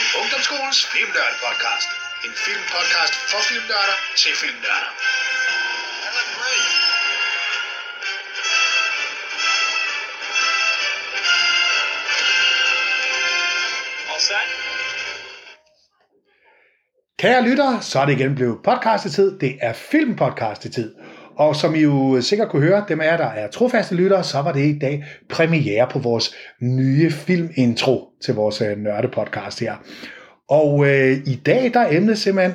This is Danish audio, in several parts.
Filmskolens Filmnørd Podcast. En filmpodcast for filmnørder til filmnørder. Kære lyttere, så er det igen blevet podcastetid. Det er filmpodcastetid. Og som I jo sikkert kunne høre, dem af jer, der er trofaste lyttere, så var det i dag premiere på vores nye filmintro til vores øh, nørdepodcast her. Og øh, i dag, der er emnet simpelthen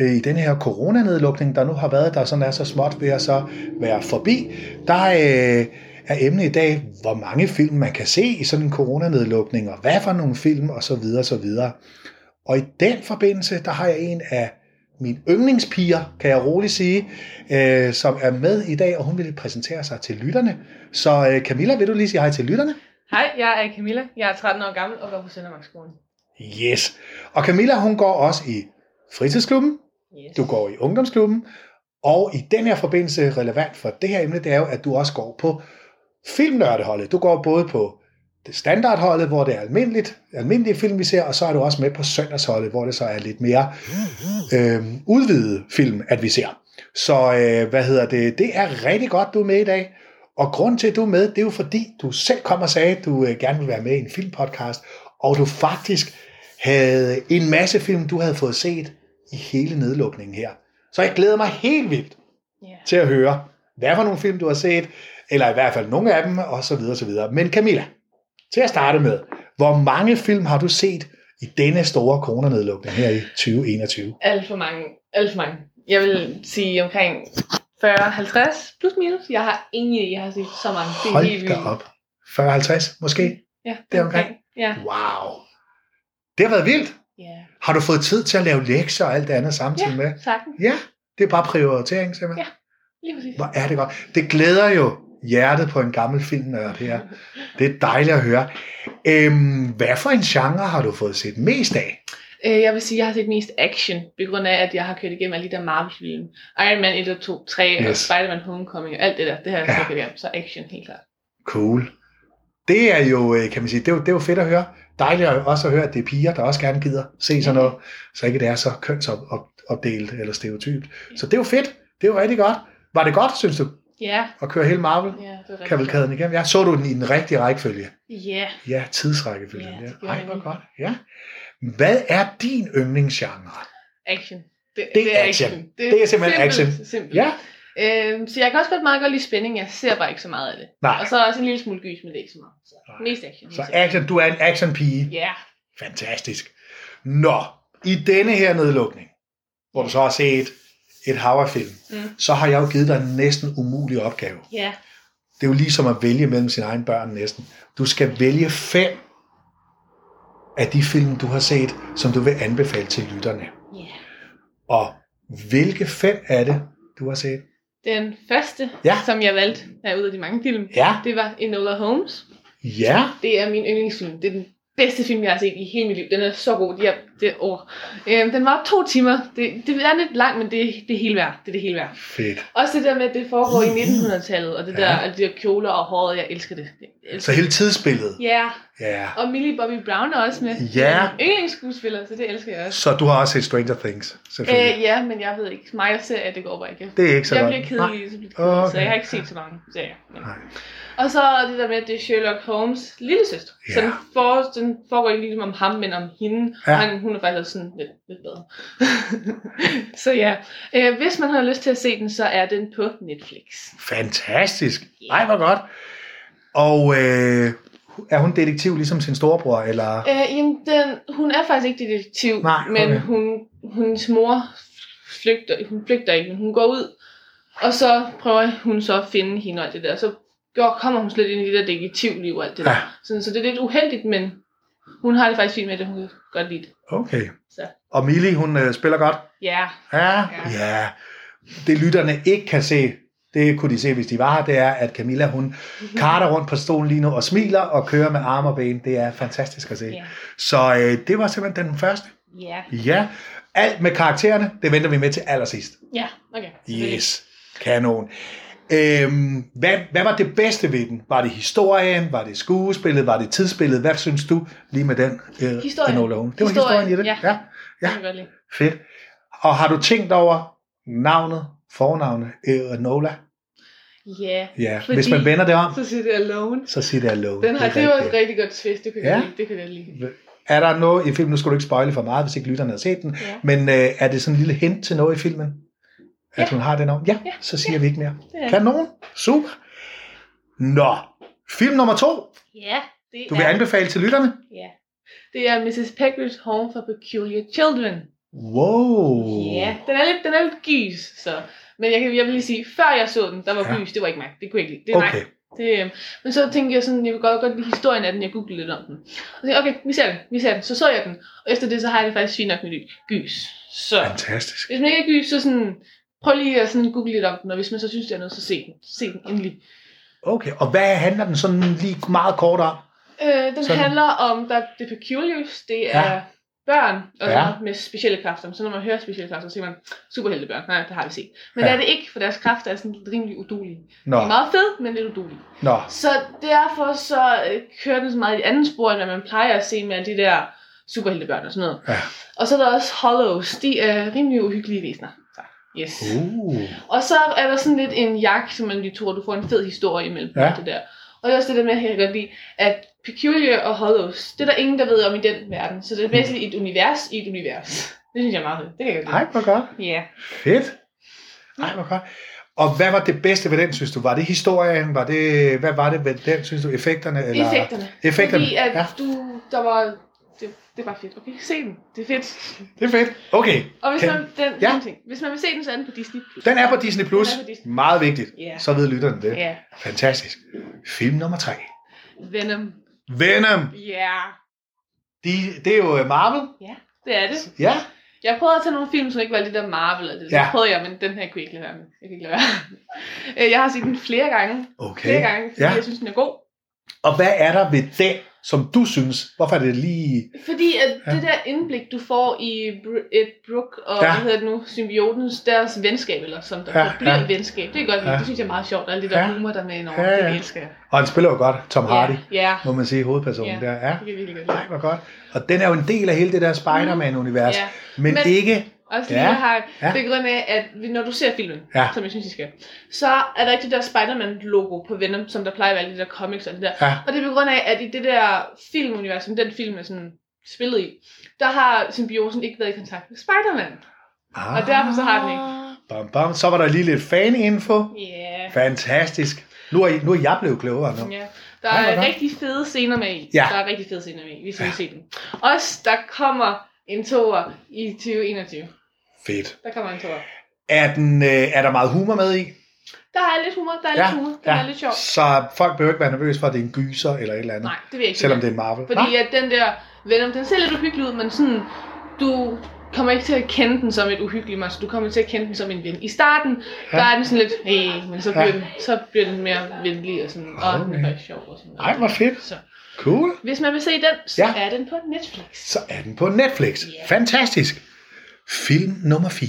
øh, i den her coronanedlukning, der nu har været, der sådan er så småt ved at så være forbi, der øh, er emnet i dag, hvor mange film man kan se i sådan en coronanedlukning, og hvad for nogle film, og så videre, så videre. Og i den forbindelse, der har jeg en af mine yndlingspiger, kan jeg roligt sige, øh, som er med i dag, og hun vil præsentere sig til lytterne. Så øh, Camilla, vil du lige sige hej til lytterne? Hej, jeg er Camilla. Jeg er 13 år gammel og går på Søndermarksskolen. Yes. Og Camilla, hun går også i fritidsklubben, Yes. du går i ungdomsklubben, og i den her forbindelse relevant for det her emne, det er jo, at du også går på filmnørdeholdet. Du går både på det standardholdet, hvor det er almindeligt, almindelige film, vi ser, og så er du også med på søndagsholdet, hvor det så er lidt mere øh, udvidet film, at vi ser. Så øh, hvad hedder det? Det er rigtig godt, du er med i dag. Og grund til, at du er med, det er jo fordi, du selv kom og sagde, at du øh, gerne vil være med i en filmpodcast, og du faktisk havde en masse film, du havde fået set i hele nedlukningen her. Så jeg glæder mig helt vildt Ja. til at høre, hvad for nogle film, du har set, eller i hvert fald nogle af dem, og så videre, så videre. Men Camilla, til at starte med, hvor mange film har du set i denne store coronanedlukning her i 2021? Alt for mange. Alt for mange. Jeg vil sige omkring 40-50 plus minus. Jeg har ingen idé, jeg har set så mange. Det er helt Hold da vildt. op. 40-50 måske? Ja, Det er omkring. Ja. Wow. Det har været vildt. Ja. Har du fået tid til at lave lektier og alt det andet samtidig Ja. med? Sagtens. Ja, det er bare prioritering simpelthen. Ja. Lige præcis. Hvor er det godt. Det glæder jo hjertet på en gammel filmnørd her. Det er dejligt at høre. Øhm, hvad for en genre har du fået set mest af? Øh, jeg vil sige, at jeg har set mest action, på grund af, at jeg har kørt igennem alle de der Marvel-film. Iron Man 1 og 2, 3 og Yes. Spider-Man Homecoming og alt det der. Det har jeg Ja. så kørt igennem, så action helt klart. Cool. Det er jo, øh, kan man sige, det er jo, det er jo fedt at høre. Dejligt at- også at høre, at det er piger, der også gerne gider se sådan noget, så ikke det er så kønsopdelt eller stereotypt. Så det er jo fedt. Det er jo rigtig godt. Var det godt, synes du, Ja, at køre hele Marvel? ja det er rigtigt. Kavalkaden igennem. Ja, så du den i den rigtige rækkefølge. Ja, Ja, tidsrækkefølge. Ja, det Ja, gjorde Ej, jeg hvor lige. godt. Ja. Hvad er din yndlingsgenre? action. Det er action. Det er simpelthen action. Simpelt. Ja, Øhm, så jeg kan også godt meget godt lide spænding, jeg ser bare ikke så meget af det. Nej. Og så også en lille smule gys, men det er ikke så meget. Så, Nej. mest action. Så action, du er en actionpige. Ja, yeah. Fantastisk. Nå, i denne her nedlukning, hvor du så har set et hav af film, Mm. så har jeg jo givet dig en næsten umulig opgave. ja. Det er jo ligesom at vælge mellem sine egne børn næsten. Du skal vælge fem af de film, du har set, som du vil anbefale til lytterne. ja. Og hvilke fem er det, du har set? Den første, Ja. som jeg valgte af ud af de mange film, Ja, det var Enola Holmes. ja, Det er min yndlingsfilm. Det er den bedste film, jeg har set i hele mit liv. Den er så god. Ja, det år. Øhm, den var to timer. Det, det er lidt langt, men det, det er hele værd. Det er det hele værd. fedt. Også det der med, at det foregår i 1900-tallet, og det der, Ja. og de der kjoler og håret, jeg elsker det. Jeg elsker. Så hele tidsbilledet. Ja, yeah. Ja. og Millie Bobby Brown er også med. Ja. Min Yndlingsskuespiller, så det elsker jeg også. Så du har også set Stranger Things, selvfølgelig. Øh, ja, men jeg ved ikke. Mig og serier, det går bare ikke. Det er ikke så jeg godt. bliver Nej. kedelig, så, bliver kedelig Okay. så jeg har ikke set så mange serier. Men. Nej. Og så det der med, at det er Sherlock Holmes lille søster. Ja. Så den, for, den foregår ikke ligesom om ham, men om hende. Ja. Ja. Han, hun er faktisk også sådan lidt, lidt bedre. så ja, øh, hvis man har lyst til at se den, så er den på Netflix. Fantastisk. Nej, hvor godt. Og øh, er hun detektiv ligesom sin storebror, eller? Øh, jamen, den, hun er faktisk ikke detektiv, Nej, okay. men hun, hendes mor flygter, hun flygter ikke, men hun går ud, og så prøver hun så at finde hende og alt det der. Så går, kommer hun slet ind i det der detektivliv og alt det Ja. der. Sådan, så det er lidt uheldigt, men hun har det faktisk fint med det, hun kan godt lide det. Okay. Øh. Så. Og Millie, hun øh, spiller godt? Ja, Ja. Ja. ja. Det lytterne ikke kan se, det kunne de se, hvis de var her, det er, at Camilla, hun Mhm. karter rundt på stolen lige nu og smiler og kører med arme og ben. Det er fantastisk at se. ja, Så øh, det var simpelthen den første. ja, Ja. Alt med karaktererne, det venter vi med til allersidst. ja, okay. selvfølgelig. Yes, kanon. Øhm, hvad, hvad var det bedste ved den? Var det historien? Var det skuespillet? Var det tidsspillet? Hvad synes du lige med den? Øh, Historien. Enola Holmes? Det var Historien, historien i det? ja. ja. Det kan jeg godt lide. Fedt. Og har du tænkt over navnet, fornavnet øh, Enola? Ja. Ja, Fordi... Fordi- hvis man vender det om, Så siger det alone. så sig det alone. Den har, er det, var et rigtigt. rigtig godt twist, det kunne Ja. jeg lide. Det kunne jeg lide. Er der noget i filmen, nu skal du ikke spoile for meget, hvis ikke lytterne har set den, Ja. men øh, er det sådan en lille hint til noget i filmen? At Ja. hun har den om? Ja, Ja, så siger vi ikke mere. Det er- Kanon, super. Nå, film nummer to, Ja, det du vil er, anbefale til lytterne? ja. det er Mrs. Pegrid's Home for Peculiar Children. Wow. Ja, den er lidt, den er lidt gys, så. Men jeg, kan, jeg vil lige sige, før jeg så den, der var Ja. ja. gys, det var ikke mig. Det kunne jeg ikke lide. Det er okay. Okay, mig. Det, øh, men så tænkte jeg sådan, jeg kunne godt, godt lide historien af den, jeg googlede lidt om den. Og tænkte, okay, vi ser den, vi ser den. Så så jeg den, og efter det, så har jeg det faktisk fint nok med det gys. Så, fantastisk. hvis man ikke er gys, så sådan, prøv lige at sådan google lidt om den, og hvis man så synes, det er noget, så se den. Se den endelig. Okay, og hvad handler den sådan lige meget kort om? Øh, den Sådan. sådan. handler om, der The Peculiars, det er Ja. ja. børn og Ja. ja. med specielle kræfter. Så når man hører specielle kræfter, så siger man, superheltebørn, nej, det har vi set. Men Ja. ja. det er det ikke, for deres kræfter er sådan rimelig udulige. Nå, De er meget fede, men lidt udulige. nå, Så derfor så øh, kører den så meget i et andet spor, end hvad man plejer at se med alle de der superheltebørn og sådan noget. Ja. Og så er der også Hollows, de er rimelig uhyggelige væsener. Så, yes. uh, Og så er der sådan lidt en jagt, som man lige tror, du får en fed historie imellem Ja. ja. det der. Og det er også det der med, at jeg kan godt lide, at Peculiar og Hollows, det er der ingen, der ved om i den verden. Så det er basically et univers i et univers. Det synes jeg er meget fedt. Det kan jeg godt ej, hvor godt. lide. Ja. Fedt. Ej, hvor godt. Og hvad var det bedste ved den, synes du? Var det historien? Var det, hvad var det ved den, synes du? Effekterne? Eller? Effekterne. Effekterne, Fordi at ja. ja. du, der var... Det, det var fedt. Okay, se den. Det er fedt. Det er fedt. Okay, Og hvis Kan- man, den, Ja. ja. ting. hvis man vil se den, så er den på Disney+. den er på Disney+. Plus. Den er på Disney. Meget vigtigt. Ja. Så ved lytterne det. Ja. Fantastisk. Film nummer tre. Venom. Venom. Ja. De, det er jo øh, Marvel. Ja, det er det. Ja. Jeg prøvede at tage nogle film, som ikke var lidt af Marvel. Og det, Ja. ja. prøvede jeg, men den her kunne jeg ikke lade være med. Jeg kan ikke lade være. Øh, Jeg har set den flere gange. Okay. Flere gange, fordi Ja. ja. jeg synes, den er god. Og hvad er der ved den, som du synes? Hvorfor er det lige... Fordi at Ja. ja. det der indblik, du får i Br- Ed Brook og Ja. ja. hvad hedder det nu, symbiotens, deres venskab, eller som der Ja, ja. bliver ja. ja. venskab, det er godt, Ja. ja. det synes jeg er meget sjovt, og alt det der Ja. ja. humor, der er med ind over, Ja, ja, ja. ja. det elsker jeg. Og han spiller jo godt, Tom Hardy, Ja, ja. må man sige, hovedpersonen Ja. der. Ja. det kan jeg virkelig godt Nej, lide. hvor godt. Og den er jo en del af hele det der Spider-Man-univers. Mm. Ja. Men, Men- ikke... Også Ja, lige ja. har, ja. ja. det er grund af, at vi- når du ser filmen, Ja. ja. som jeg synes, I skal, så er der ikke det der Spider-Man-logo på Venom, som der plejer at være i de der comics og det der. Ja. Og det er på grund af, at i det der filmunivers, som den film er sådan spillet i, der har symbiosen ikke været i kontakt med Spider-Man. Ah, Og derfor så har den ikke. Bam, bam. Så var der lige lidt faninfo. Yeah. Fantastisk. Nu er, I- nu er jeg blevet klogere nu. Ja. Der Ej, hvor er godt. rigtig fede scener med i. Ja. Der er rigtig fede scener med i, hvis I Ja. ja. vil se den. Også, der kommer en toer i 2021. Fedt. Der kommer en toer. Er, den, øh, er der meget humor med i? Der er lidt humor, der er lidt humor, den er lidt sjov. Så folk behøver ikke være nervøse for, at det er en gyser eller et eller andet. Nej, det vil jeg ikke. Selvom det er Marvel. Fordi at den der Venom, den ser lidt uhyggelig ud, men sådan, du kommer ikke til at kende den som et uhyggeligt monster, du kommer til at kende den som en ven. I starten, Ja. ja. der er den sådan lidt, hey, men så bliver, Ja. ja. den, så bliver den mere venlig og sådan, og den Okay. er faktisk sjov og sådan Nej, hvor fedt. Så, Cool. hvis man vil se den, så Ja. ja. er den på Netflix. Så er den på Netflix. Ja. Fantastisk. Film nummer 4.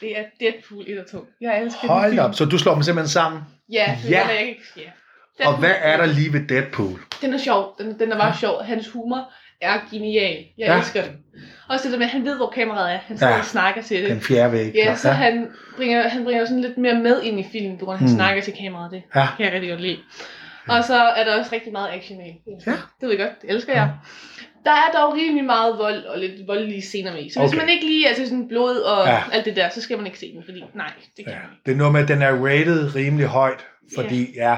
Det er Deadpool 1 og 2. Jeg elsker den Hold film. op. Så du slår dem simpelthen sammen. Ja, det Ja. ja. er jeg ikke. Ja. Den, Og hvad er der lige ved Deadpool? Den er sjov. Den, den er bare ja. sjov. Hans humor er genial. Jeg Ja. ja. elsker den. Også det der med, at han ved, hvor kameraet er. Han Ja. ja. snakker til det. Den fjerde væg. Ja, så han bringer, han bringer sådan lidt mere med ind i filmen, på grund af, han Mm. mm. snakker til kameraet. Det Ja. kan jeg rigtig godt lide. Og så er der også rigtig meget action med. Ja. Det ved jeg godt. Det elsker jeg. Der er dog rimelig meget vold og lidt voldelige scener med. i. Så hvis Okay. man ikke lige er til sådan blod og Ja. ja. alt det der, så skal man ikke se den, fordi nej, det kan Ja, man ikke. det er noget med, at den er rated rimelig højt, fordi ja,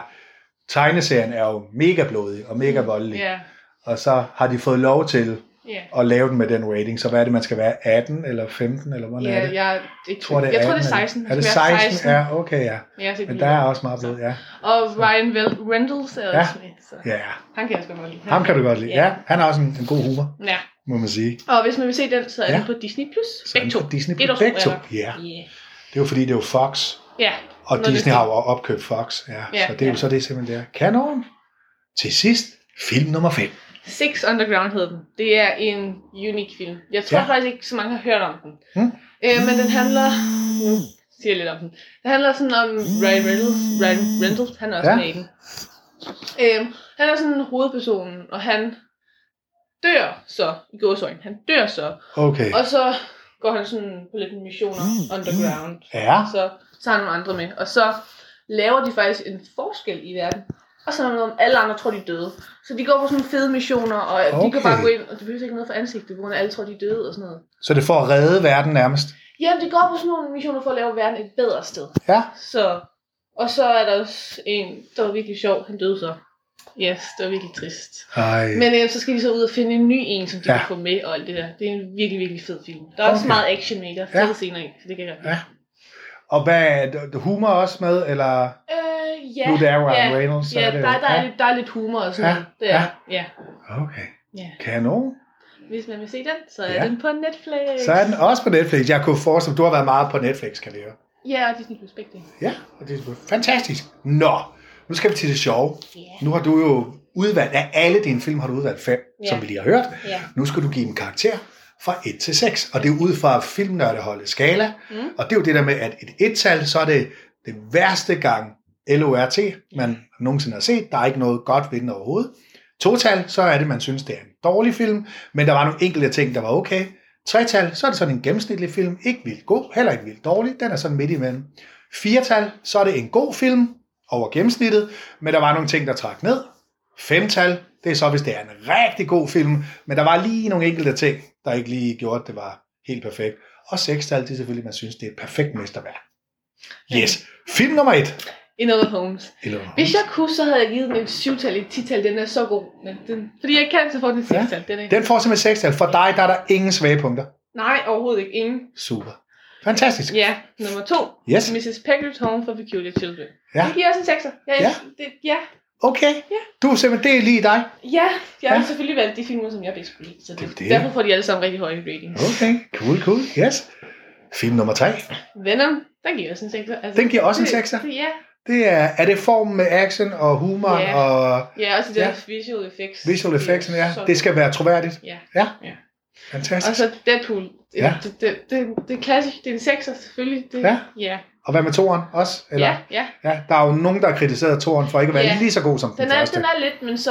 tegneserien er jo mega blodig og mega voldelig, Mm. Ja, og så har de fået lov til ja. at lave den med den rating, så hvad er det, man skal være, 18 eller 15, eller hvordan er Ja, det? jeg, er ikke, tror, det er jeg tror, det 18, er 16. Er det skal være 16? 16? Ja, okay, ja. Ja, jeg har set Men den der lige. er også meget blod, ja. Og Ryan Vel- Reynolds er Ja. også med. Så. Ja, Han kan jeg sgu godt lide. ham kan du godt lide. Ja. Ja, han har også en, en god humor, Ja. må man sige. Og hvis man vil se den, så er Ja. den på Disney+. Plus. Så Begge to. han- Disney Et og to begge to. er der. Ja, Yeah. det er jo fordi, det er jo Fox, Ja, og Nå, det er Disney det. har jo opkøbt Fox, ja. Ja, Så det er jo ja. så det simpelthen der. Kanon! Til sidst, film nummer 5. Six Underground hed den. Det er en unik film. Jeg tror Ja. ja. faktisk ikke, så mange har hørt om den. Hmm. Øh, men den handler... siger lidt om den. Det handler sådan om Ryan Reynolds, Ryan Reynolds han er også Ja. ja. med i den. Øhm, han er sådan hovedpersonen, og han dør så, i gåsøjne, han dør så. Okay. Og så går han sådan på lidt missioner Mm. underground, Ja. og så tager han nogle andre med, og så laver de faktisk en forskel i verden. Og så er der noget om, alle andre tror, de er døde. Så de går på sådan nogle fede missioner, og de Okay. kan bare gå ind, og det behøver ikke noget for ansigtet, på grund af, at alle tror, de er døde og sådan noget. Så det er for at redde verden nærmest. Ja, de går på sådan nogle missioner for at lave verden et bedre sted. Ja. Så, og så er der også en, der var virkelig sjov, han døde så. Yes, det var virkelig trist. Ej. Men øh, så skal de så ud og finde en ny en, som de Ja. ja. kan få med og alt det der. Det er en virkelig, virkelig fed film. Der er okay. også Okay. meget action med, i. der er fede Ja. ja. scener i, så det kan jeg godt. Ja. Og hvad er det- humor også med, eller Øh, nu ja. er det er Ryan ja. Reynolds, så Ja, er det der, jo- der, er, lidt, der er lidt humor og sådan Ja. noget. Det er, Ja. ja. ja. Okay. Ja. Kanon. Hvis man vil se den, så er Ja. ja. den på Netflix. Så er den også på Netflix. Jeg kunne forestille mig, du har været meget på Netflix, kan vi høre. Ja, og Disney Plus begge dele. Ja, og det er fantastisk. Nå, nu skal vi til det sjove. Ja. Nu har du jo udvalgt, af alle dine film har du udvalgt fem, Ja. som vi lige har hørt. Ja. Nu skal du give dem karakter fra 1 til 6, og det er ud fra filmnørdeholdets skala. Mm. Og det er jo det der med, at et 1-tal, så er det det værste gang LORT, man nogensinde har set. Der er ikke noget godt ved den overhovedet. Total, så er det, man synes, det er en dårlig film, men der var nogle enkelte ting, der var okay. Tretal, så er det sådan en gennemsnitlig film. Ikke vildt god, heller ikke vildt dårlig. Den er sådan midt imellem. Firetal, så er det en god film over gennemsnittet, men der var nogle ting, der trak ned. Femtal, det er så, hvis det er en rigtig god film, men der var lige nogle enkelte ting, der ikke lige gjorde, at det var helt perfekt. Og sekstal, det er selvfølgelig, man synes, det er et perfekt mesterværk. Yes. Film nummer et. Another Holmes. Eller, Hvis jeg kunne, så havde jeg givet den et 7-tal, et 10-tal. Den er så god. Den, den, fordi jeg kan, så får den et Ja. 6-tal. Den er, den får simpelthen sekstal. For dig, der er der ingen svage punkter. Nej, overhovedet ikke. Ingen. Super. Fantastisk. Ja, nummer to. Yes. Mrs. Pegler's Home for Peculiar Children. Altså- Ja. Ja. Det giver også en sekser. Ja, Ja. ja. Det, ja. Okay. Ja. Du er simpelthen, det er lige dig. ja, jeg har Ja. selvfølgelig valgt de film, som jeg bedst kunne lide. Så Det er det, det. derfor får de alle sammen rigtig høje ratings. Okay. Cool, cool. Yes. Film nummer tre. Venom, den giver også en sekser. Altså, Den giver også en det- sekser? det- Ja, Det er, er det formen med action og humor Ja. og ja også de der Ja. visual effects. visual Det er effects? Ja. så Det skal være troværdigt. Ja. Fantastisk. Og så Deadpool. Det, Ja. ja. det, det, det, det er klassisk. Det er en sekser, selvfølgelig. Det, Ja. Ja. Og hvad med toren også? Eller? ja, ja. ja. Der er jo nogen, der har kritiseret toren for ikke at være Ja. lige så god som den, Den er, første. den er lidt, men så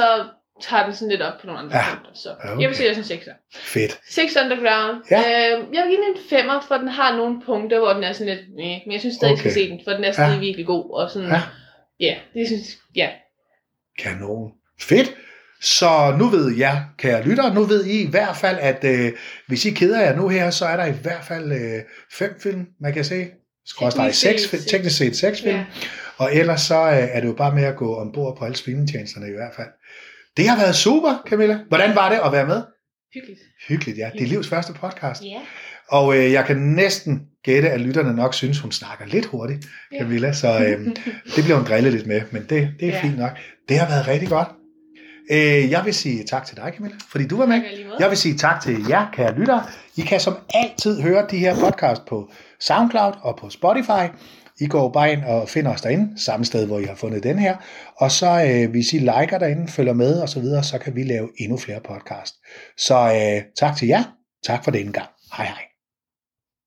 tager den sådan lidt op på nogle andre Ja. ja. punkter. Så Ja, okay. jeg vil sige, at det er sådan en sekser. Fedt. Six Underground. Ja. Ja. Øh, jeg vil give den en femmer, for den har nogle punkter, hvor den er sådan lidt... Næh, men jeg synes stadig, okay. Okay. skal se den, for den er stadig Ja. ja. virkelig god. Og sådan, Ja. ja. ja, det synes ja. Kanon. Fedt. Så nu ved jeg, kære lytter, nu ved I i hvert fald, at øh, hvis I keder jer nu her, så er der i hvert fald øh, fem film, man kan se. Skråstrej Teknisk set seks, film- seks. teknisk set seks film. Ja. Og ellers så øh, er det jo bare med at gå ombord på alle streamingtjenesterne i hvert fald. Det har været super, Camilla. Hvordan var det at være med? Hyggeligt. Hyggeligt, ja. Det er livs første podcast. Ja. Og øh, jeg kan næsten gætte, at lytterne nok synes, hun snakker lidt hurtigt, Ja. Camilla. Så øh, det bliver hun drillet lidt med, men det, det er Ja. fint nok. Det har været rigtig godt. Øh, jeg vil sige tak til dig, Camilla, fordi du var med. Tak alligevel. Jeg vil sige tak til jer, kære lyttere. I kan som altid høre de her podcast på SoundCloud og på Spotify. I går bare ind og finder os derinde, samme sted, hvor I har fundet den her. Og så øh, hvis I liker derinde, følger med osv., så, videre, så kan vi lave endnu flere podcast. Så øh, tak til jer. Tak for denne gang. Hej hej.